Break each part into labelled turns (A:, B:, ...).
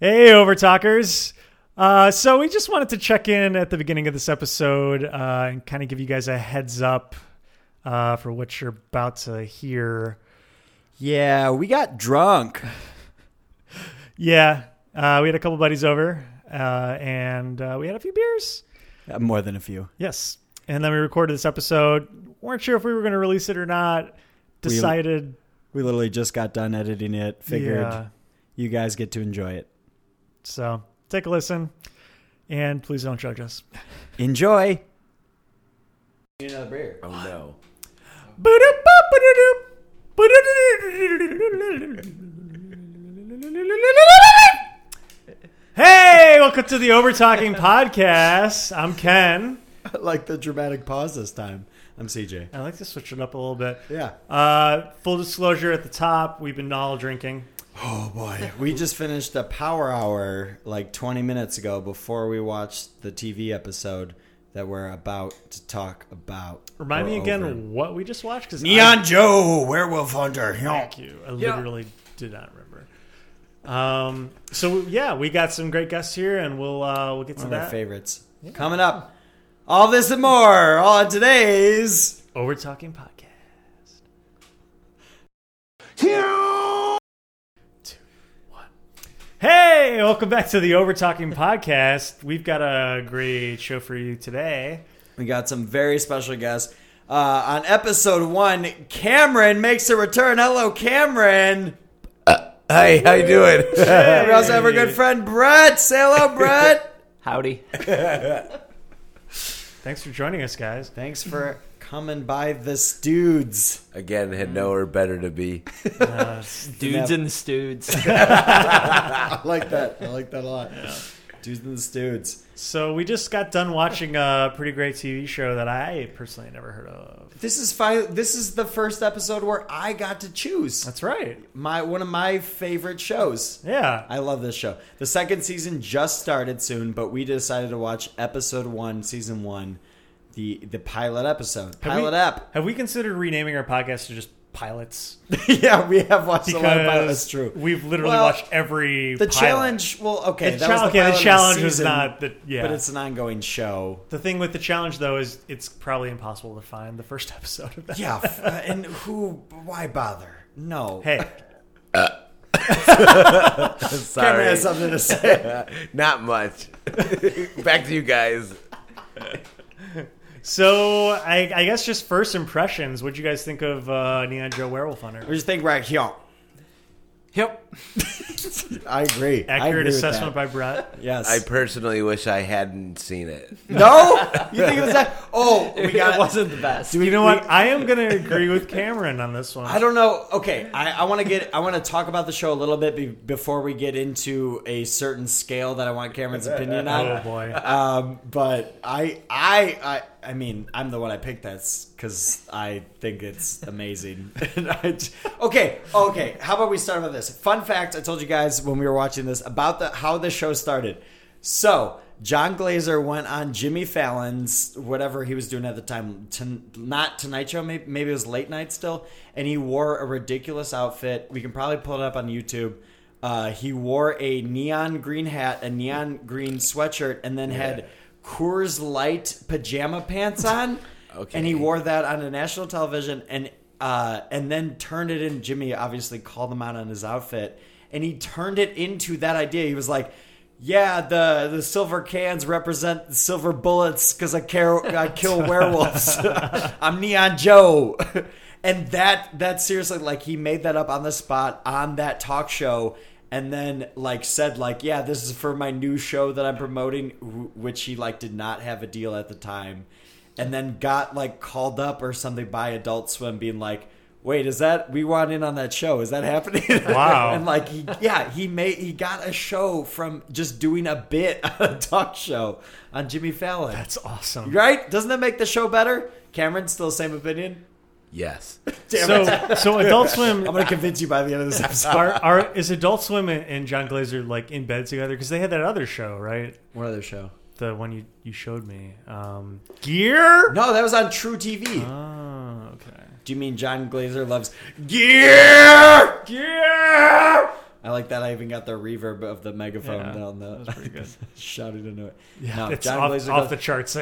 A: Hey, Overtalkers. Uh, so we just wanted to check in at the beginning of this episode uh, and kind of give you guys a heads up uh, for what you're about to hear.
B: Yeah, we got drunk.
A: Yeah, uh, we had a couple buddies over uh, and uh, we had a few beers.
B: Uh, More than a few.
A: Yes. And then we recorded this episode. Weren't sure if we were going to release it or not.
B: We-
A: Decided.
B: We literally just got done editing it. Figured
A: Yeah.
B: you guys get to enjoy it.
A: So take a listen and please don't judge us.
B: Enjoy.
A: Hey, welcome to the Over Talking Podcast. I'm Ken.
B: like the dramatic pause this time. I'm CJ.
A: I like to switch it up a little bit.
B: Yeah.
A: Uh, full disclosure at the top, we've been all drinking.
B: Oh boy. we just finished a power hour like 20 minutes ago before we watched the TV episode that we're about to talk about.
A: Remind
B: We're
A: me again
B: over.
A: what we just watched because
B: Neon Joe, Werewolf Hunter.
A: Thank you. I literally did not remember. Um, so yeah, we got some great guests here, and we'll uh, we'll get to
B: One of my
A: that.
B: favorites. Coming up. All this and more on today's
A: Over Talking Podcast. Two, one. Hey, welcome back to the Over Talking Podcast. We've got a great show for you today.
B: We got some very special guests. Uh, on episode one, Cameron makes a return. Hello, Cameron.
C: Uh, Hey, how you doing?
B: We also have our good friend Brett. Say hello, Brett.
C: Howdy.
A: Thanks for joining us, guys.
B: Thanks for coming by the Studes.
C: Again,
B: Mm.
C: had nowhere better to be.
D: Dudes and studes.
B: I like that. I like that a lot. Dudes and the Studes.
A: So we just got done watching a pretty great TV show that I personally never heard of.
B: This is fine. This is the first episode where I got to choose
A: That's right.
B: my one of my favorite shows.
A: Yeah.
B: I love this show. The second season just started soon, but we decided to watch episode one, season one, the the pilot episode,
A: Have
B: pilot
A: we-
B: app.
A: Have we considered renaming our podcast to just Pilots?
B: yeah, we have watched a lot of pilots. That's true.
A: We've literally
B: Well,
A: watched every
B: the
A: pilot.
B: challenge. Well, okay,
A: The,
B: that
A: chal-
B: was the,
A: okay, the
B: pilot of
A: challenge was
B: season,
A: not the yeah.
B: but it's an ongoing show.
A: the thing with the challenge though is it's probably impossible to find the first episode of that.
B: Yeah, f- uh, and who? Why bother? No.
A: Hey,
B: Cameron
C: Sorry,
B: has something to say.
C: not much. Back to you guys.
A: so I, I guess just first impressions. What would you guys think of uh, Neon Joe Werewolf Hunter?
B: what do you think, right here?
D: yep.
B: I agree. I agree
A: Accurate
B: with
A: assessment
B: that.
A: by Brett.
B: yes.
C: I personally wish I hadn't seen it.
B: no, you think it was that? Oh, we got
D: it wasn't the best.
A: You know what? I am going to agree with Cameron on this one.
B: I don't know. Okay, I, I want to get. I want to talk about the show a little bit be, before we get into a certain scale that I want Cameron's opinion
A: Oh
B: on.
A: boy.
B: Um, but I, I, I, I mean, I'm the one I picked that's because I think it's amazing. And I j- okay, okay. How about we start with this fun fact? I told you guys when we were watching this about the how the show started. So John Glazer went on Jimmy Fallon's whatever he was doing at the time, to, not Tonight Show, maybe, maybe it was late night still, and he wore a ridiculous outfit. We can probably pull it up on YouTube. Uh, he wore a neon green hat, a neon green sweatshirt, and then had Coors Light pajama pants on.
C: Okay.
B: And he wore that on a national television, and uh, and then turned it in. Jimmy obviously called him out on his outfit, and he turned it into that idea. He was like. Yeah, the the silver cans represent the silver bullets because I care I kill werewolves. I'm Neon Joe, and that that seriously like he made that up on the spot on that talk show, and then like said like yeah this is for my new show that I'm promoting, wh- which he like did not have a deal at the time, and then got like called up or something by Adult Swim being like. Wait, is that we want in on that show? Is that happening?
A: Wow.
B: and like he, yeah, he made he got a show from just doing a bit on a talk show on Jimmy Fallon.
A: That's awesome.
B: right? Doesn't that make the show better? Cameron, still same opinion.
C: Yes.
A: So, so Adult Swim
B: I'm gonna convince you by the end of this episode.
A: are, are is Adult Swim and, and John Glazer like in bed together? Because they had that other show, right?
B: What other show?
A: The one you, you showed me, um, Gear.
B: No, that was on True TV.
A: Oh, okay.
B: Do you mean John Glazer loves gear?
A: Gear.
B: I I like that. I even got the reverb of the megaphone
A: Yeah,
B: down the
A: that was pretty good.
B: shouted into it.
A: Yeah,
B: No,
A: it's
B: John
A: off,
B: Glazer
A: off
B: goes-
A: the charts.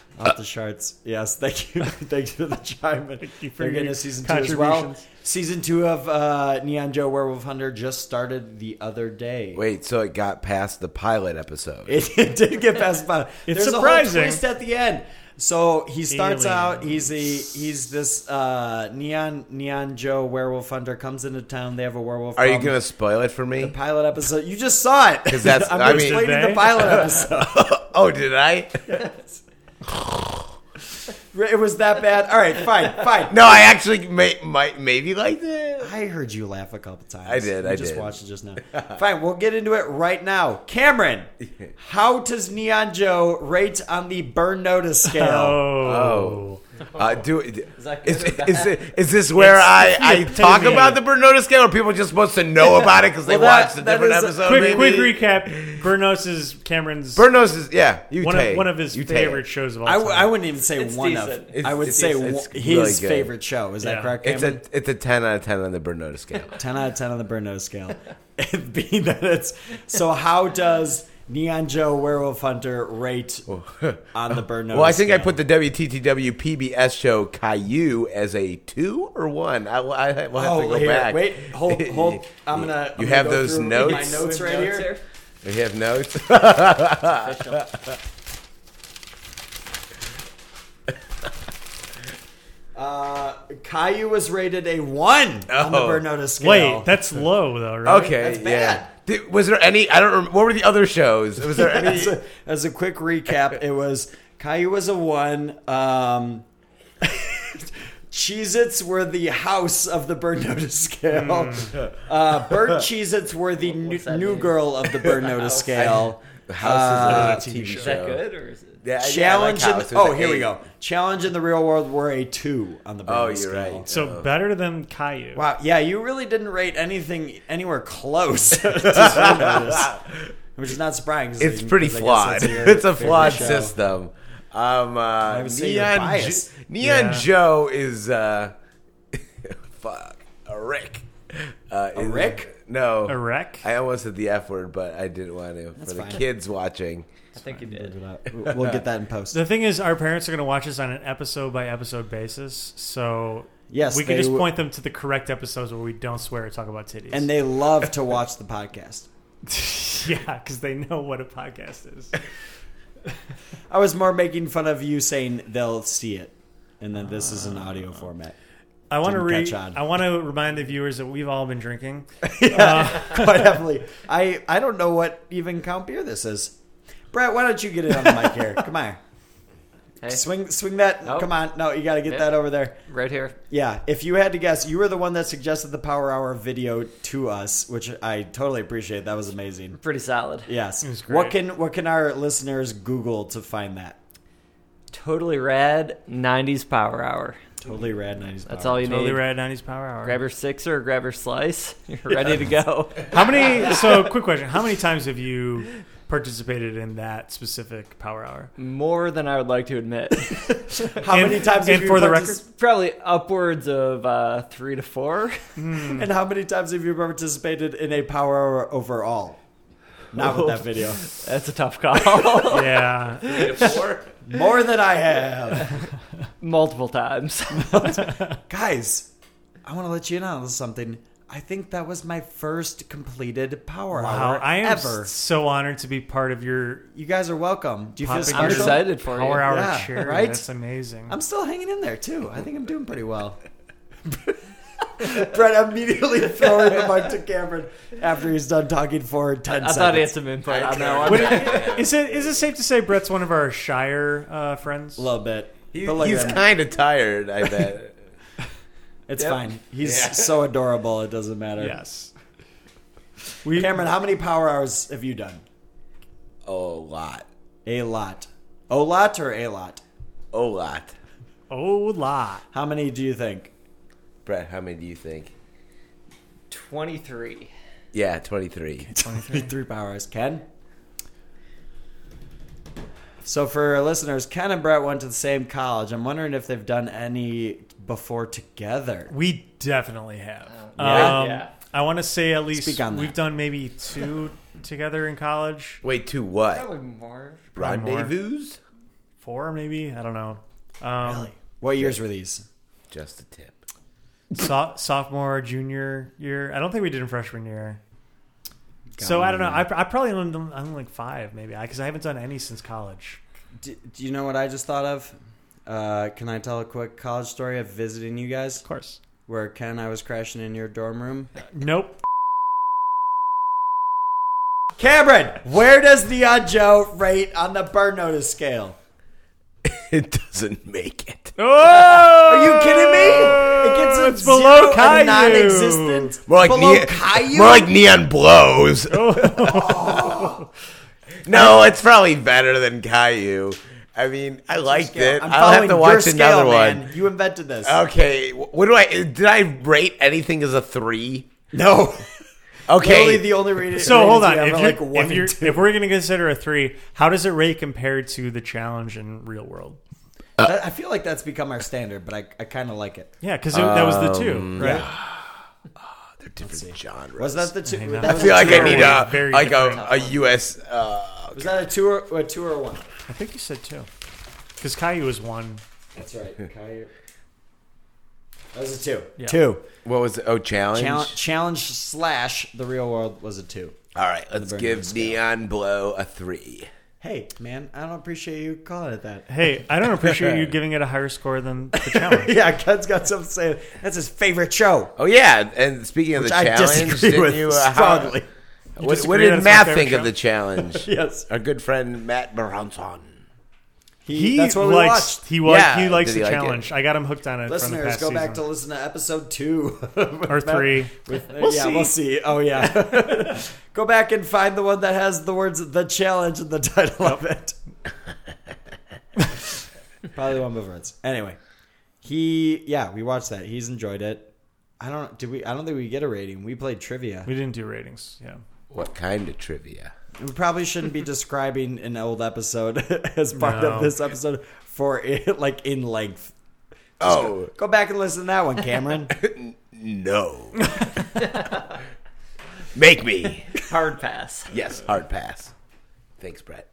B: off the charts. Yes, thank you, thank you to the chime. But
A: Thank you for
B: they're getting
A: your
B: a season two as well.
A: contributions.
B: Season two of uh, Neon Joe Werewolf Hunter just started the other day.
C: Wait, so it got past the pilot episode.
B: It, it did get past by.
A: It's
B: There's a
A: surprising.
B: whole twist at the end. So he starts
A: Aliens.
B: out. He's a he's this uh, neon neon Joe werewolf hunter comes into town. They have a werewolf.
C: Are you
B: problem.
C: going to spoil it for me?
B: um, the pilot episode? You just saw it
C: 'Cause that's-
B: I'm
C: I mean-
B: explaining
A: Today?
B: the pilot episode.
C: oh, did I?
B: it was that bad. All right, fine, fine.
C: No, I actually may, might maybe liked it.
B: I heard you laugh a couple times.
C: I did,
B: You
C: I
B: just
C: did.
B: watched it just now. Fine, we'll get into it right now. Cameron, how does Neon Joe rate on the Burn Notice scale?
A: Oh.
C: Oh. Uh, do is,
D: that good
C: is,
D: or bad?
C: is, it- is this where I, I
A: epitome.
C: talk about the Bernotta scale? Or are people just supposed to know about it because they
B: Well, that-
C: watched a
B: that
C: different
B: is a-
C: episode?
A: Quick, quick
C: maybe?
A: recap. Burnos is Cameron's
C: Bernos is yeah. You
A: one,
C: take
A: of, one of his
C: you take.
A: favorite shows of all
B: I,
A: time.
B: w- I wouldn't even say
D: It's
B: one
D: decent.
B: of. I
C: It's-
B: would
C: it's-
B: say
C: it's
B: w-
C: really
B: his
C: good.
B: favorite show. Is
A: Yeah.
B: that correct?
C: It's
B: Cameron?
C: a it's a ten out of ten on the Bernotta scale.
B: ten out of ten on the Burn Notice scale. Being that it's so, how does Neon Joe Werewolf Hunter rate on the Burn Notice?
C: Oh. Well, I think I
B: scale?
C: put the WTTW PBS show Caillou as a two or one. I, will I will have
B: Oh,
C: to go
B: here,
C: back.
B: wait, hold, hold. I'm gonna.
C: You
B: I'm
C: have
B: gonna go
C: those
B: through
C: notes?
B: My notes right here.
C: We have notes.
B: Uh, Caillou was rated a one on the
C: Oh.
B: Burn Notice scale.
A: Wait, that's low though, right?
C: Okay,
B: That's bad.
C: yeah. Did- was there any? I don't. remember. What were the other shows? Was there any?
B: as, a, as a quick recap, it was Caillou was a one. Um, Cheez Its were the house of the Burn Notice scale. Uh, Bert Cheez Its were the new,
D: what's that
B: new
D: mean?
B: girl of the Burn Notice scale.
C: The House is
A: Uh,
C: a TV show.
D: Is that good or is it?
C: Yeah, yeah, I
B: Challenge.
C: Like
B: in-
C: House. It was
B: oh,
C: an
B: here we
C: eight.
B: go. Challenge in the real world were a two on the Burn
C: Oh,
B: Notice
C: you're
B: scale.
C: right.
A: So better than Caillou.
B: Wow, yeah, you really didn't rate anything anywhere close to Burn Notice, which is not surprising. 'cause
C: It's
B: I-
C: pretty
B: 'cause I guess
C: flawed.
B: that's your
C: It's a
B: favorite
C: flawed
B: show.
C: system. Um, uh,
B: would say you're
C: Neon, Jo-
B: biased.
C: Neon
A: Yeah.
C: Joe is uh, fuck a Rick. Uh, a
B: Rick?
C: No,
A: A wreck?
C: I almost said the F word, but I didn't want to. For the
B: fine.
C: kids watching,
D: I think you did.
B: We'll we'll get that in post.
A: The thing is, our parents are going to watch this on an episode by episode basis, so
B: Yes,
A: we can
B: they
A: just
B: w-
A: point them to the correct episodes where we don't swear or talk about titties.
B: And they love to watch the podcast.
A: yeah, because they know what a podcast is.
B: I was more making fun of you saying they'll see it, and then this is an
A: Uh.
B: audio format.
A: I want to
B: Didn't
A: re-
B: catch on.
A: I want to remind the viewers that we've all been drinking.
B: Quite heavily. I I don't know what even count beer this is. Brett, why don't you get it on the mic here? Come on,
D: Hey,
B: swing swing that.
D: Oh.
B: Come on, no, you got to get
D: Yeah.
B: that over there.
D: right here.
B: Yeah, if you had to guess, you were the one that suggested the Power Hour video to us, which I totally appreciate. That was amazing.
D: Pretty solid.
B: Yes.
A: was
B: What
A: great.
B: can what can our listeners Google to find that?
D: Totally rad. 90s power hour.
B: Totally rad nineties.
D: That's all you
A: Totally
D: need.
A: rad nineties power hour.
D: Grab your sixer, grab your slice. You're ready to go.
A: How many? So, quick question: How many times have you participated in that specific power hour?
D: More than I would like to admit.
B: How
A: And-
B: many times?
A: and
B: have you
A: for the
B: partic-
D: Probably upwards of uh, three to four.
B: And how many times have you participated in a power hour overall? Not with that video.
D: That's a tough call.
A: Yeah,
B: More than I have.
D: Multiple times.
B: Guys, I want to let you in on something. I think that was my first completed power
A: wow!
B: hour
A: I am
B: ever.
A: so honored to be part of your
B: You guys are welcome. Do you feel
A: Popping
D: I'm
A: Marshall?
B: special?
D: excited for you.
A: power hour
B: Yeah,
A: charity.
B: right?
A: That's amazing.
B: I'm still hanging in there too. I think I'm doing pretty well. Brett immediately throwing the mic to Cameron after he's done talking for ten
D: I
B: seconds.
D: thought he had some input on that
A: Would
D: one.
A: it- is it is it safe to say Brett's one of our Shire uh, friends?
B: a little bit.
C: He-
B: But like
C: he's
B: that.
C: kind of tired. I bet.
B: It's
C: Yep.
B: fine. He's
C: Yeah.
B: so adorable. It doesn't matter.
A: Yes. We
B: Cameron, how many power hours have you done?
C: a lot,
B: A lot. A lot or a lot?
C: a lot.
A: oh lot.
B: How many do you think?
C: Brett, how many do you think?
D: 23.
C: Yeah, twenty three.
B: Three power hours. Ken? So for our listeners, Ken and Brett went to the same college. I'm wondering if they've done any before together.
A: We definitely have.
D: Yeah.
A: Um,
D: Yeah.
A: I want to say at least
B: Speak on that.
A: we've done maybe two together in college,
C: Wait, to what?
D: Probably more.
A: Probably more.
C: Rendezvous?
A: four maybe. I don't know. Um,
B: What years were these?
C: Just a tip.
A: so- sophomore, junior year. I don't think we did in freshman year. so
B: Got
A: I don't know.
B: it.
A: I, I probably only done- I'm like five maybe because I haven't done any since college.
B: Do, do you know what I just thought of? Uh, can I tell a quick college story of visiting you guys?
A: Of course.
B: Where Ken and I was crashing in your dorm room.
A: Nope.
B: Cameron, where does the odd Joe rate on the burn notice scale?
C: It doesn't make it.
A: Oh! Are
B: Are you kidding me? It gets a
A: Uh, it's below
B: zero,
A: Caillou.
B: a non-existent.
C: More like,
B: below
C: neon,
B: Caillou.
C: more like neon blows.
A: Oh.
C: no, it's probably better than Caillou. I mean, I liked
B: Scale.
C: it.
B: I'm
C: I'll have
B: following
C: to
B: your
C: watch
B: scale,
C: another
B: man.
C: one. Uh,
B: You invented this.
C: Okay, wh- what do I? Did I rate anything as a three?
B: No. Literally
C: Okay,
B: the only reason.
A: So hold on. If,
B: If
A: you're,
B: like one
A: if, you're,
B: and two.
A: if we're going to consider a three, how does it rate compared to the challenge in real world?
C: Uh,
B: That- I feel like that's become our standard, but I, I kind of like it.
A: Yeah, because that was the two, right?
C: they're different genres.
B: Was that the two?
A: know.
B: that
C: I
B: was
C: feel
B: a
C: like
B: two
C: I
B: or
C: need
B: one?
A: different.
C: a
A: Very
C: like a,
A: different.
C: a U.S. Uh,
B: Was that a two or a two or one?
A: I think you said two. Because Caillou was one.
B: That's right. Coyote. That was a two.
A: Yeah.
B: Two.
C: what was it? Oh, challenge.
B: Challenge, challenge slash the real world was a two.
C: All right,
B: Burning
C: let's
B: Man
C: give
B: scale.
C: Neon Blow a three.
B: Hey man, I don't appreciate you calling it that.
A: Hey, I don't appreciate you giving it a higher score than the challenge.
B: yeah, Ken's got something to say. That's his favorite show.
C: Oh yeah, and speaking of
B: Which
C: the
B: I
C: challenge,
B: disagree
C: didn't
B: with
C: you, uh, how-
B: strongly.
C: what, what
A: disagree that
C: did
A: it's
C: Matt
A: my favorite
C: think of
A: show?
C: the challenge?
B: yes,
C: Our good friend Matt Baranson.
A: He
B: that's what we
A: likes
B: watched.
A: he was
C: Yeah,
A: he likes
C: did
A: the
C: he like it?
A: challenge. I got him hooked on it from the
B: Listeners,
A: past
B: go back to
A: season.
B: listen to episode two
A: or three.
B: With,
A: We'll
B: yeah,
A: see.
B: we'll see. Oh yeah, go back and find the one that has the words "the challenge" in the title of it. Probably one of friends. Anyway, he yeah, we watched that. He's enjoyed it. I don't did we? I don't think we get a rating. We played trivia.
A: We didn't do ratings. Yeah.
C: What kind of trivia?
B: We probably shouldn't be describing an old episode as part
A: No.
B: of this episode for it, like in length.
C: Oh
B: Go back and listen to that one, Cameron.
C: no! Make me
D: Hard pass.
C: yes, hard pass. Thanks, Brett.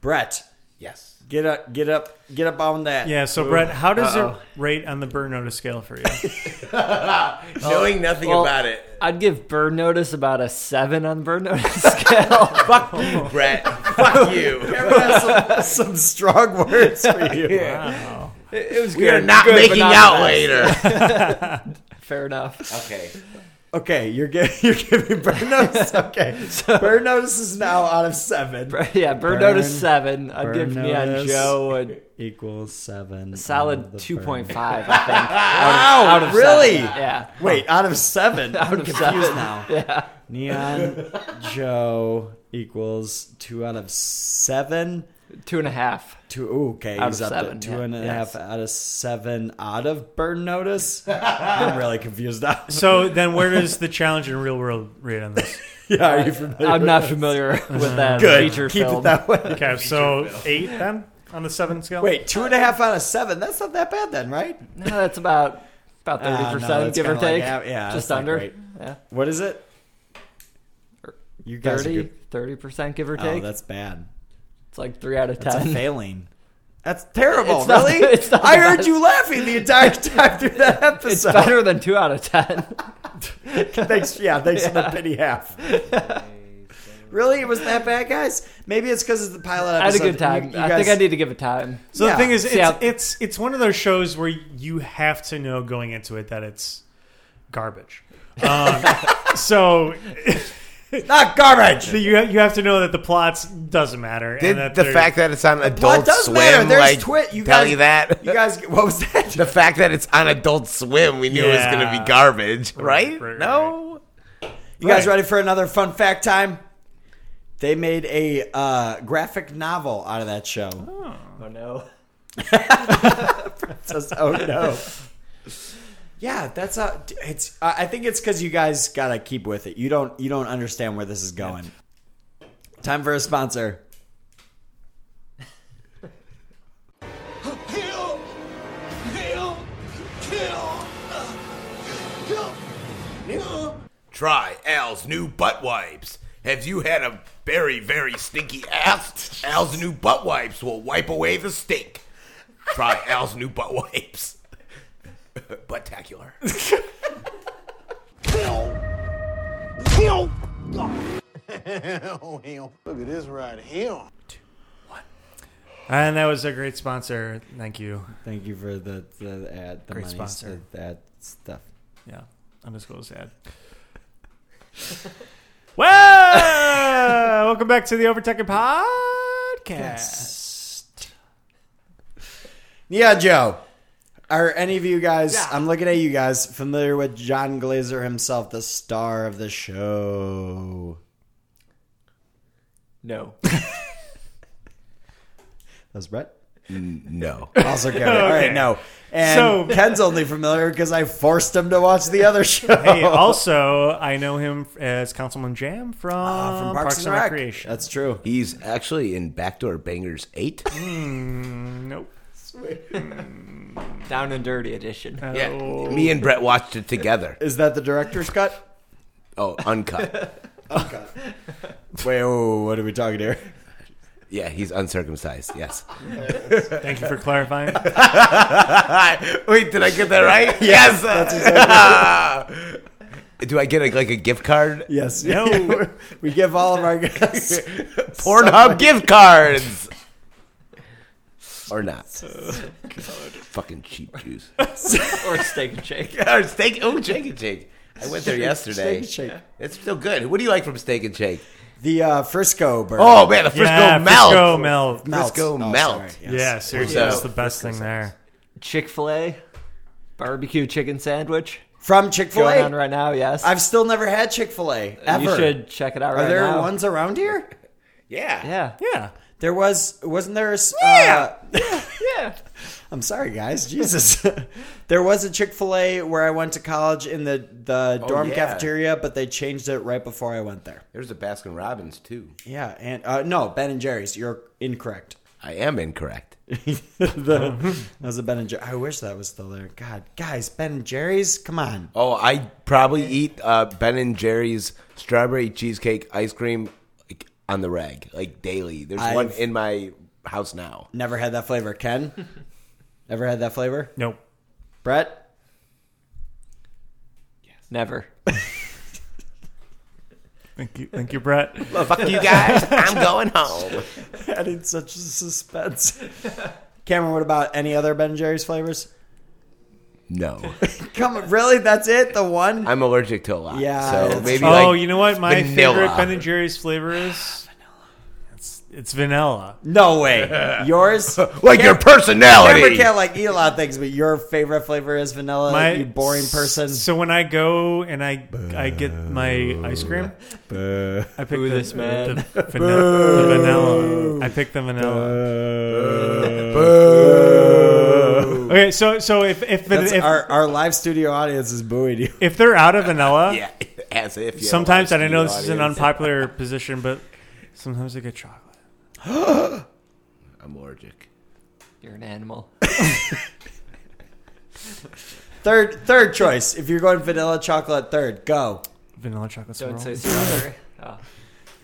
B: Brett,
C: Yes,
B: get up, get up, get up on that.
A: Yeah, so Brett, how does
D: Uh-oh.
A: it rate on the burn notice scale for you?
C: knowing nothing
D: well-
C: about it,
D: I'd give Bird Notice about a seven on the Bird Notice scale.
C: fuck you, Brett. fuck you.
B: Cameron has some, some strong words for you.
A: wow.
D: it, it was
C: We
D: good.
C: are not
D: good, but
C: making
D: not the
C: out
D: best.
C: later.
D: Fair enough.
C: okay.
B: Okay, you're giving you're giving burn notice. Okay, burn notice is now out of seven
D: Yeah, Bird
B: Burn-
D: Notice seven. I'd
B: Burn
D: give Neon
B: Notice.
D: Joe a
B: equals seven. out of
D: solid
B: the
D: two point
B: burn.
D: five. I think.
B: Wow,
D: out of
B: really?
D: seven. Yeah.
B: Wait, out of seven.
D: Out
B: I'm
D: of
B: confused
D: seven.
B: now.
D: Yeah.
B: Neon Joe equals two out of seven.
D: Two and a half.
B: Two, ooh, okay,
D: Out
B: he's
D: of
B: up
D: seven,
B: at two
D: yeah,
B: and a half
D: yes.
B: out of seven out of burn notice. I'm really confused now.
A: So then where does the challenge in real world rate on this?
B: yeah, are you familiar?
D: I'm not familiar with that
B: Good.
D: feature
B: Keep
D: film.
B: it that way.
A: Okay, so eight then on the seven scale?
B: Wait, two and a half out of seven. That's not that bad then, right?
D: No, that's about about
B: Ah,
D: thirty
B: no,
D: percent,
B: that's
D: give or
B: kinda like
D: take.
B: half- yeah, that's
D: just
B: not
D: under.
B: great.
D: Yeah.
B: What is it? You guys are
D: 30
B: good.
D: percent, give or
B: Oh,
D: take.
B: that's bad.
D: it's like three out of
B: That's a
D: ten.
B: failing. That's terrible.
D: It's not-
B: really?
D: it's not
B: I
D: the
B: heard
D: best.
B: you laughing the entire time through that
D: It's
B: episode.
D: better than two out of ten.
B: thanks, yeah, thanks for the pity half. really, it was that bad, guys? Maybe it's because it's the pilot
D: I had a
B: episode.
D: good time.
B: You- you
D: I
B: guys-
D: think I need to give it time.
A: So
B: Yeah.
A: the thing is, it's,
D: See, I-
A: it's it's one of those shows where you have to know going into it that it's garbage. Um, so
B: not garbage.
A: you ha- you have to know that the plots doesn't matter.
C: Did
A: and that
C: the
A: they're-
C: fact that it's on
B: Plot
C: Adult
B: does
C: Swim
B: matter. There's
C: like
B: twit. You
C: tell
B: guys,
C: you that?
B: You guys, what was that?
C: the fact that it's on Adult Swim, we knew it was
A: Yeah.
C: going to be garbage, right?
A: Right, right,
C: no,
B: You guys
A: Right.
B: ready for another fun fact time? They made a uh, graphic novel out of that show.
D: Oh no.
B: Says, oh no. Yeah, that's a. It's. I I think it's because you guys gotta keep with it. You don't. You don't understand where this is going. Time for a sponsor.
E: Kill! Kill! Kill! Kill!
C: Try Al's new butt wipes. Have you had a very, very stinky ass? Al's new butt wipes will wipe away the stink. Try Al's new butt wipes. Buttacular.
E: Hell, hell. Look at this right here.
A: And that was a great sponsor. Thank you.
B: Thank you for the the ad, the
A: Great
B: money,
A: sponsor.
B: the- that stuff.
A: Yeah. Undisclosed ad. well, welcome back to the Overtaken Podcast.
B: Yeah, Joe. Are any of you guys?
A: Yeah.
B: I'm looking at you guys. Familiar with John Glazer himself, the star of the show.
D: No.
B: That was Brett.
C: No.
B: Also, Kevin. All right, no. And
A: So-
B: Ken's only familiar because I forced him to watch the other show.
A: Hey, also, I know him as Councilman Jam from,
B: Uh,
A: Parks, and,
B: Rec.
A: Recreation.
B: That's true.
C: He's actually in Backdoor Bangers 8.
A: Nope.
D: Down and dirty edition.
C: Yeah. Me and Brett watched it together.
B: Is that the director's cut?
C: Oh, uncut.
B: Wait, oh, what are we talking here?
C: Yeah, he's uncircumcised. Yes.
A: Thank you for clarifying.
C: Wait, did I get that right? yes. Do I get a, like a gift card?
B: Yes.
A: No.
B: we give all of our guests.
C: Pornhub gift cards. or not. Fucking cheap juice.
D: or steak and shake.
C: or steak. Oh, Shake and Shake. I went there yesterday.
B: Steak and Shake.
C: It's still good. What do you like from Steak and Shake?
B: The uh, Frisco burger.
C: Oh man, the Frisco
A: yeah,
C: melt.
A: Frisco Melt.
B: Melts. Oh,
C: Frisco
B: sorry,
C: melt.
B: yes.
A: Yeah, seriously,
C: So-
A: that's the best thing there.
D: Chick fil A, barbecue chicken sandwich.
B: From Chick fil
D: Going on
B: A.
D: right now, yes.
B: I've still never had Chick fil A. Ever.
D: You should check it out
B: Are
D: right
B: there
D: now.
B: ones around here?
C: Yeah.
D: Yeah.
A: Yeah.
B: There was. Wasn't there a. s- Uh,
D: Yeah.
B: I'm sorry, guys. Jesus. there was a Chick fil A where I went to college in the, the
D: Oh,
B: dorm
C: yeah.
B: cafeteria, but they changed it right before I went there.
C: There's a Baskin Robbins too.
B: Yeah. And uh, no, Ben and Jerry's. You're incorrect.
C: I am incorrect.
B: the, that was a Ben and Jerry. I wish that was still there. God, guys, Ben and Jerry's. Come on.
C: Oh, I probably eat uh, Ben and Jerry's strawberry cheesecake ice cream like, on the rag like daily. There's one
B: I've-
C: in my house now.
B: Never had that flavor. Ken. Never had that flavor.
A: Nope.
B: Brett.
D: Never.
A: Thank you. Thank you, Brett.
C: fuck you guys. I'm going home.
B: Added such suspense. Cameron, what about any other Ben and Jerry's flavors?
C: No,
B: Come on, really? That's it? The one?
C: I'm allergic to a lot.
B: Yeah,
C: so
B: that's-
C: maybe.
A: Oh,
C: like,
A: you know what? My
C: vanilla.
A: favorite Ben and Jerry's flavor is vanilla. It's, it's vanilla.
B: No way. Yours?
C: like your
B: Cameron
C: personality.
B: can't like eat a lot of things, but your favorite flavor is vanilla.
A: My
B: you boring person.
A: So when I go and I I get my ice cream, I pick the,
D: this man.
A: the vanilla, the vanilla. I pick the vanilla. Okay, so so if if
B: That's
A: if,
B: our, our live studio audience is booing you.
A: if they're out of vanilla,
C: Yeah, as if. you
A: sometimes
C: have
A: and
C: a
A: I know this is an
C: audience.
A: unpopular position, but sometimes I get chocolate.
C: I'm allergic.
D: You're an animal.
B: Third third choice. If you're going vanilla chocolate, third, go.
A: Vanilla chocolate swirl.
D: Don't say strawberry. Oh.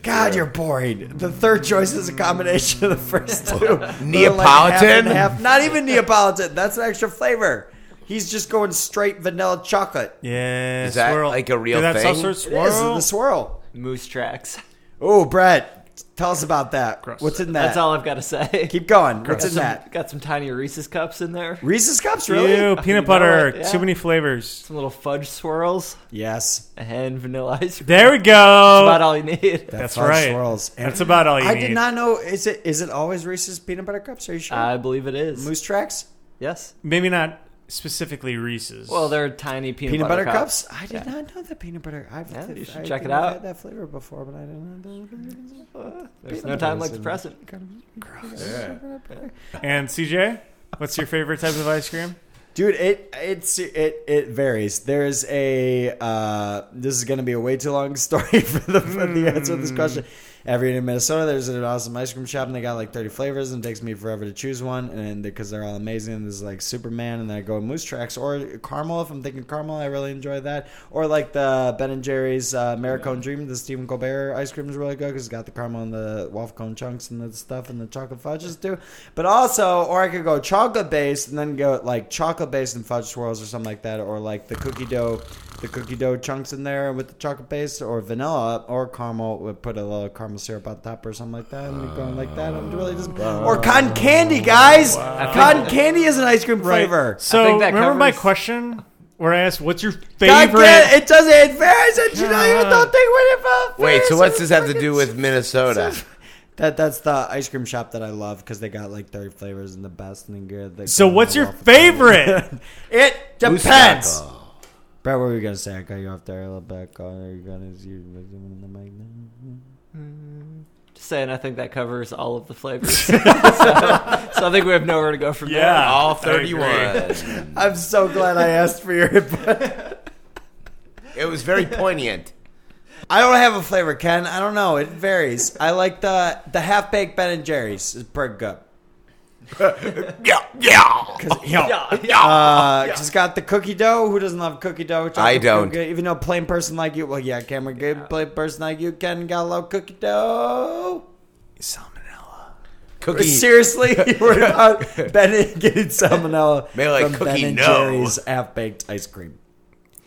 B: God, you're boring. The third choice is a combination of the first two. They're like half
C: Neapolitan?
B: and half. Not even Neapolitan. That's an extra flavor. He's just going straight vanilla chocolate.
A: yeah,
C: Is that
A: swirl.
C: like a real
A: Dude, that's some sort of
C: thing?
B: It is
A: swirl.
B: the swirl.
D: Moose tracks.
B: Oh, Brett, tell us about that. What's in that?
D: That's all I've got to say.
B: Keep going. What's
D: got
B: in
D: some,
B: that?
D: Got some tiny Reese's cups in there.
B: Reese's cups, really?
A: Ew,
D: You know
A: peanut butter.
D: it, yeah.
A: Too many flavors.
D: Some little fudge swirls
B: Yes.
D: and vanilla ice cream.
A: There we go.
B: Oh.
D: About all you need.
A: That's
B: Fudge
A: right.
B: Swirls. And
A: That's about all you
B: I
A: need.
B: did not know. Is it is it always Reese's peanut butter cups? Are you sure?
D: I believe it is.
B: Moose tracks.
D: Yes.
A: Maybe not specifically Reese's.
D: Well, they're tiny peanut,
B: Peanut butter,
D: cups.
B: cups. I did not know that peanut butter. I've,
D: Yeah, you should
B: I
D: check it
B: think I've
D: out.
B: Had that flavor before, but I didn't. Know that.
D: There's no time like the present.
A: and CJ, what's your favorite type of ice cream?
B: Dude, it it's it it varies. There's a uh, this is going to be a way too long story for the for the answer to this question. Every in Minnesota, there's an awesome ice cream shop, and they got like 30 flavors, and it takes me forever to choose one, and because they're all amazing, there's like Superman, and then I go Moose Tracks or caramel. If I'm thinking caramel, I really enjoy that. Or like the Ben and Jerry's uh, Maricone Dream, the Stephen Colbert ice cream is really good because it's got the caramel and the waffle cone chunks and the stuff and the chocolate fudges too. But also, or I could go chocolate based and then go like chocolate based and fudge swirls or something like that, or like the cookie dough the cookie dough chunks in there with the chocolate base or vanilla or caramel would put a little caramel syrup on top or something like that and you're going like that I'm really just or cotton candy guys cotton candy is an ice cream flavor
A: So
D: I think that
A: remember my
D: covers-
A: question where I asked, "What's your
B: God
A: favorite?"
B: damn it, it doesn't it varies and you don't even don't think what it
C: Wait, so
B: varies
C: what's
B: and
C: this have to
B: fucking
C: do with Minnesota?
B: that that's the ice cream shop that I love because they got like 30 flavors and the best and good they
A: so
B: got
A: what's
B: the
A: your
B: waffle.
A: favorite?
B: it depends
C: Moustache.
B: Brad, what were you gonna say? I got you off there a little bit. Colin. Are you gonna see you in the mic now?
D: Just saying, I think that covers all of the flavors. so, so I think we have nowhere to go from
A: Yeah.
C: All
A: I agree.
C: 31.
B: I'm so glad I asked for your input.
C: it was very poignant.
B: I don't have a flavor, Ken. I don't know. It varies. I like the the half baked Ben and Jerry's is pretty good.
C: Yeah, yeah.
A: Yo,
B: Uh, it's got the cookie dough. Who doesn't love cookie dough? Chocolate
C: I don't.
B: cookie, even though a plain person like you, well, yeah, Cameron, good plain person like you, Ken, got love cookie dough.
C: Salmonella.
B: But
C: Cookie.
B: seriously, you worried about Ben getting salmonella
C: Maybe
B: from
C: like
B: Ben
C: cookie,
B: and
C: no.
B: Jerry's half baked ice cream.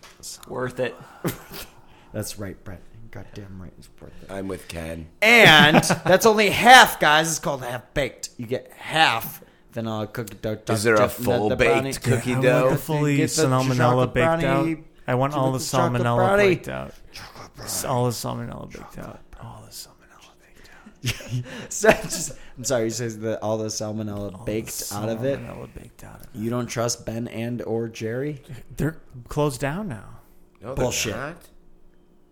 D: there. Worth it.
B: That's right, Brett. Goddamn right, it's worth it.
C: I'm with Ken.
B: And that's only half, guys. It's called half baked. You get half vanilla cookie dough.
C: Is there a
B: chocolate chip, nut, the
C: full-baked
B: brownie.
C: cookie
A: I
B: Yeah,
A: want
C: dough?
A: the
B: Get
A: fully
B: the
A: salmonella
B: chocolate
A: baked out.
B: brownie.
A: I want all the
B: Get the chocolate
A: salmonella
B: brownie.
A: baked out. All the salmonella baked out. All the salmonella baked out.
B: So it's just- I'm sorry, you says that all the salmonella
A: All the
B: baked out of it.
A: Salmonella baked out of it.
B: You don't trust Ben and or Jerry?
A: They're closed down now.
C: No, they're
B: Bullshit.
C: not.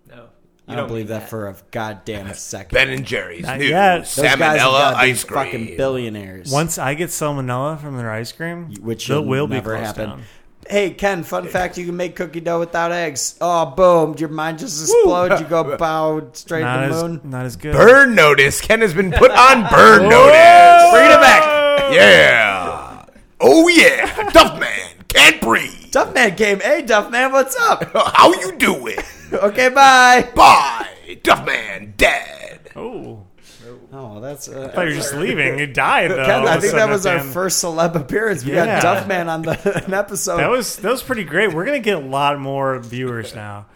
D: No.
B: I
D: Oh.
B: don't believe that, for a goddamn second.
C: Ben and Jerry's
A: Not
C: new
A: yet.
B: Those guys are
C: salmonella
B: gotta be
C: ice cream.
B: fucking billionaires.
A: Once I get salmonella from their ice cream,
B: which
A: it
B: will
A: will be
B: never
A: closed
B: happen.
A: down.
B: Hey Ken, fun fact: you can make cookie dough without eggs. Oh, boom! Your mind just explodes. You go bow straight
A: Not
B: to the
A: as,
B: moon.
A: not as good.
C: Burn notice. Ken has been put on burn notice. Bring it back. Yeah. Oh yeah. Duff man. Can't breathe. Uh,
B: Duff man came. Hey, Duff man, what's up?
C: How you doing?
B: okay, bye.
C: Bye. Duff man dead.
A: Oh,
B: Oh, that's. Uh,
A: I thought you were just leaving. You died though.
B: Ken,
A: all
B: I
A: of a
B: think that
A: sudden
B: was
A: at the
B: our
A: end.
B: first celeb appearance. We
A: Yeah.
B: got Duff man on the an episode.
A: That was that was pretty great. We're gonna get a lot more viewers now.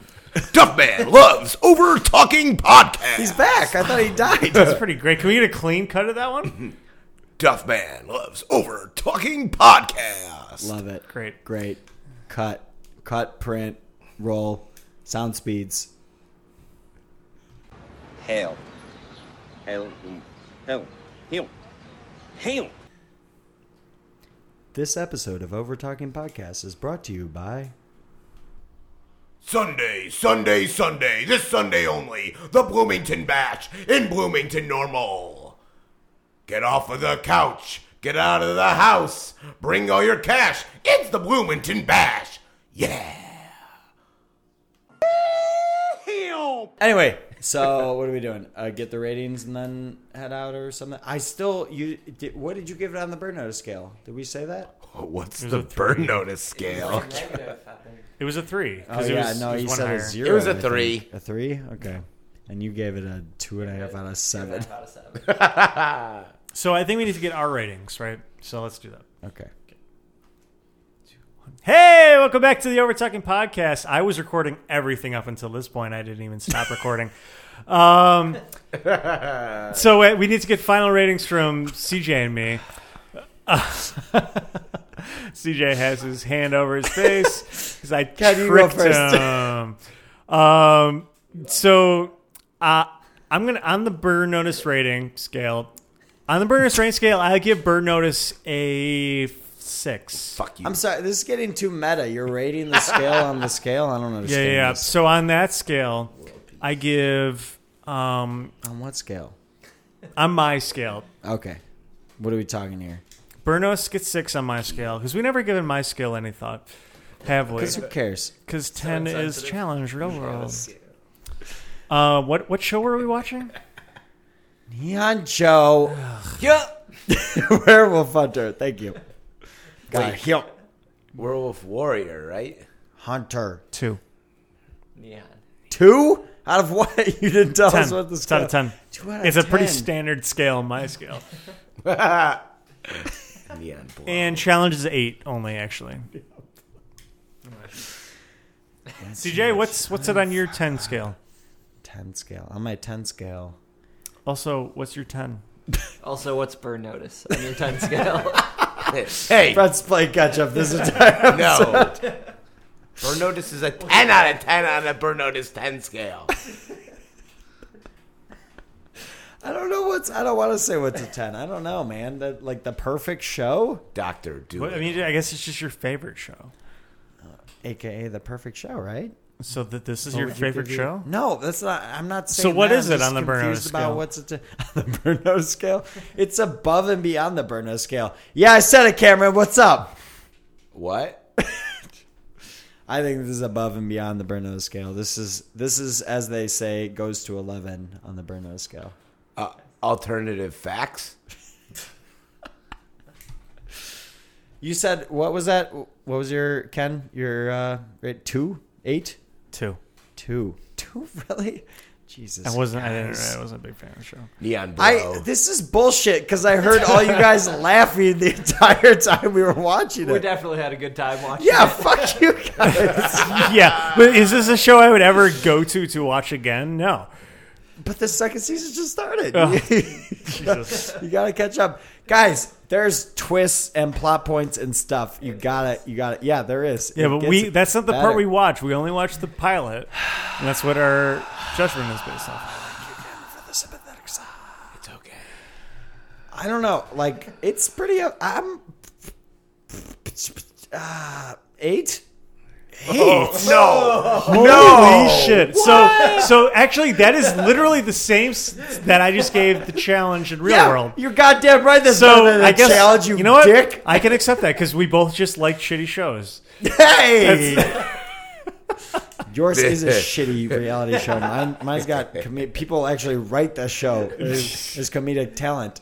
C: Duff man loves over talking podcast.
B: He's back. I thought he died.
A: That's pretty great. Can we get a clean cut of that one?
C: Duff man loves over talking podcast.
B: Love it.
A: Great.
B: Great. Cut. Cut. Print. Roll. Sound speeds.
F: Hail. Hail. Hail. Hail. Hail.
B: This episode of Over Talking Podcast is brought to you by.
C: Sunday, Sunday, Sunday, this Sunday only, the Bloomington Bash in Bloomington Normal. Get off of the couch, get out of the house, bring all your cash, it's the Bloomington Bash. Yeah.
B: Anyway, so what are we doing? Uh, get the ratings and then head out or something. I still you. Did, what did you give it on the burn notice scale? Did we say that?
C: What's
A: was
C: the
A: a three.
C: burn notice scale?
A: It was a three.
B: Oh
A: 'cause it
B: yeah,
A: was-
B: no,
A: it was
B: you
A: one
B: said
A: higher.
B: a zero.
C: It was a
B: I think.
C: three.
B: A three? Okay. And you gave it a two and a half out of seven.
A: So I think we need to get our ratings right. So let's do that.
B: Okay.
A: Hey, welcome back to the Over Talking Podcast. I was recording everything up until this point. I didn't even stop recording. Um, so uh, we need to get final ratings from CJ and me. Uh, CJ has his hand over his face because I
B: God, you go
A: tricked
B: first.
A: him. Um, so uh, I'm gonna on the burn notice rating scale. On the burn notice rating scale, I give burn notice a f- six.
C: Fuck you.
B: I'm sorry. This is getting too meta. You're rating the scale on the scale. I don't
A: Yeah,
B: understand.
A: yeah. yeah.
B: this.
A: So on that scale, I give um
B: On what scale?
A: on my scale,
B: Okay. What are we talking here?
A: Bernos gets six on my scale because we never given my scale any thought, have we?
B: Because who cares?
A: Because ten is challenge real world. Uh, what what show were we watching?
B: Neon Joe.
C: Yeah.
B: Werewolf Hunter. Thank you. God, heel.
C: Werewolf Warrior, right?
B: Hunter.
A: Two.
D: Neon.
B: Two? Out of what? You didn't tell us
A: Ten.
B: what the
A: It's out of ten.
B: Two out of
A: It's a pretty
B: 10.
A: standard scale, on my scale.
C: Neon Blood.
A: And challenge is eight only, actually. CJ, what's what's it on your ten scale?
B: Ten scale. On my ten scale.
A: Also, what's your ten?
D: Also, what's burn notice on your time scale?
C: hey,
B: Brett's playing catch up this entire
C: no. Burn Notice is a 10 out of 10 on a Burn Notice 10 scale.
B: I don't know what's I don't want to say what's a ten. I don't know, man. That like the perfect show?
C: Doctor Doom.
A: What, I mean, I guess it's just your favorite show.
B: AKA the perfect show, right?
A: So that this is your favorite show?
B: No, that's not. I'm not saying.
A: So what
B: what is
A: is it on the Burnout scale?
B: About what's it on the Burnout scale? It's above and beyond the Burnout scale. Yeah, I said it, Cameron. What's up?
C: what?
B: I think this is above and beyond the Burnout scale. This is this is as they say goes to eleven on the Burnout scale.
C: Uh, alternative facts?
B: You said what was that? What was your Ken? Your uh, rate two eight
A: Two.
B: two two really? Jesus,
A: I wasn't. I didn't.
B: guys.
A: I wasn't a big fan of the show.
C: Neon Blow.
B: I this is bullshit because I heard all you guys laughing the entire time we were watching
D: we
B: it.
D: definitely had a good time watching.
B: Yeah,
D: it.
B: fuck you guys.
A: yeah, but is this a show I would ever go to to watch again? No.
B: but the second season just started.
A: Oh.
B: Jesus. you gotta catch up, guys. There's twists and plot points and stuff. You gotta, you gotta. Yeah, there is.
A: Yeah,
B: It
A: but
B: gets
A: we—that's not the part
B: better.
A: we watch. We only watch the pilot, and that's what our judgment is based off.
B: The sympathetic side.
C: it's okay.
B: I don't know. Like it's pretty. uh, I'm uh, eight.
C: No.
A: Holy shit! So, so actually, that is literally the same s- that I just gave the challenge in real
B: yeah,
A: world.
B: you're goddamn right. This
A: So
B: better than
A: I
B: a
A: guess
B: challenge you,
A: know what?
B: dick.
A: I can accept that because we both just like shitty shows.
B: Hey. Yours is a
C: Yeah.
B: shitty reality show. Mine, mine's got comi- people actually write the show. There's, there's comedic talent.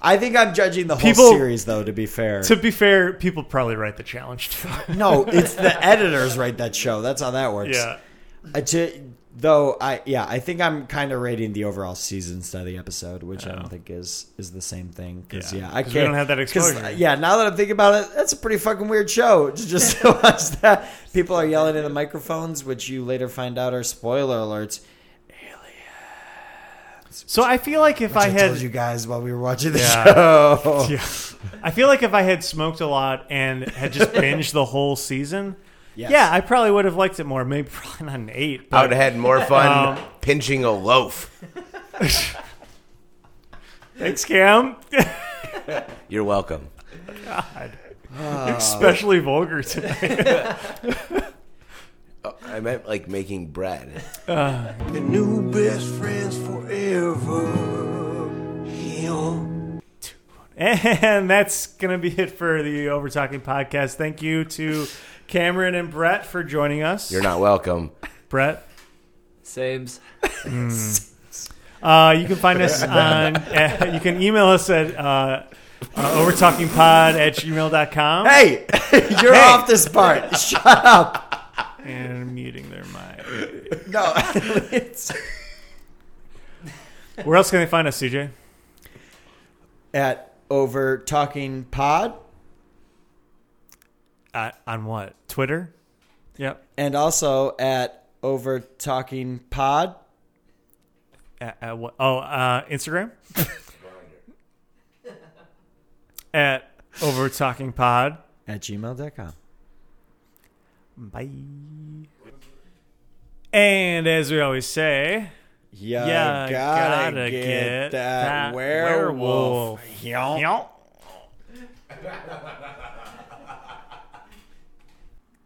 B: I think I'm judging the whole
A: People-
B: series, though. To be fair,
A: To be fair, people probably write the challenge too.
B: no, it's the editors write that show. That's how that works.
A: yeah.
B: I ju- Uh, though I yeah, I think I'm kind of rating the overall season instead of the episode, which I don't think is is the same thing. Because
A: Oh. Yeah.
B: yeah. I
A: 'Cause
B: can't.
A: we don't have that
B: 'cause,
A: exposure.
B: uh, yeah, now that I'm thinking about it, that's a pretty fucking weird show. to Just to watch that. People are yelling in the microphones, which you later find out are spoiler alerts.
A: So I feel like if I
B: I,
A: had
B: told you guys while we were watching the
A: Yeah.
B: show.
A: Yeah. I feel like if I had smoked a lot and had just binged the whole season,
B: Yes.
A: yeah, I probably would have liked it more. Maybe probably not an eight.
C: I
A: But
C: would have had more fun
A: Um,
C: pinching a loaf.
A: thanks, Cam.
B: Uh,
C: You're welcome.
A: Especially vulgar today.
C: Oh, I meant like making bread.
A: Uh.
E: New best friends forever. Him.
A: And that's going to be it for the Over Talking podcast. Thank you to Cameron and Brett for joining us.
C: You're not welcome.
A: Brett.
D: Sames.
A: Uh, you can find us on, uh, you can email us at uh, uh, overtalkingpod at gmail.com.
B: Hey, you're off this part. Shut up.
A: And I'm muting their mic.
B: No, it's
A: Where else can they find us, CJ?
B: at over talking pod.
A: Uh, on what? Twitter? Yep.
B: and also at over talking pod
A: At, at what? Oh, uh, Instagram. at over talking pod.
B: at gmail.com
A: Bye. And as we always say,
B: yeah
A: Yeah,
B: gotta, gotta
A: gotta
B: get,
A: get
B: that,
A: that
B: werewolf,
A: werewolf.
B: Yonk.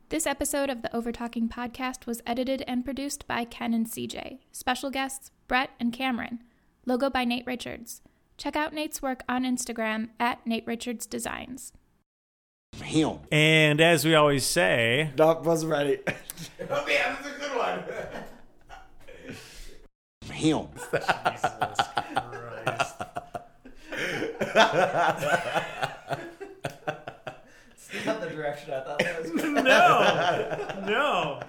G: This episode of the Over Talking podcast was edited and produced by Ken and CJ. Special guests Brett and Cameron. Logo by Nate Richards. Check out Nate's work on Instagram at Nate Richards Designs.
E: Him.
A: and as we always say,
B: Nope, wasn't ready
C: Oh, yeah, that's a good one.
E: Him.
D: Not the direction I thought that was going.
A: No.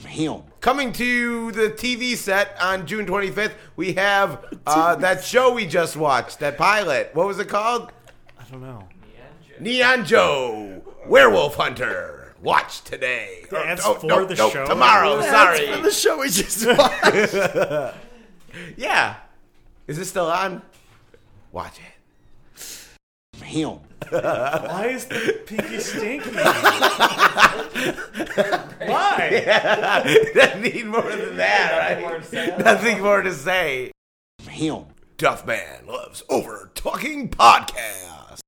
E: Him.
C: Coming to the TV set on June 25th, we have uh, that show we just watched, that pilot. What was it called?
A: I don't know.
C: Neon Joe, Werewolf Hunter. Watch today. Or,
A: That's
C: oh,
A: for
C: no,
A: the
C: no,
A: show?
C: Tomorrow,
B: That's
C: sorry.
B: from the show we just watched.
C: yeah. Is this still on? Watch it.
E: Him.
A: Why is the pinky stinky? Why?
C: Doesn't need more than that, right? Nothing more to say.
E: Him.
C: Duff Man loves over talking podcast.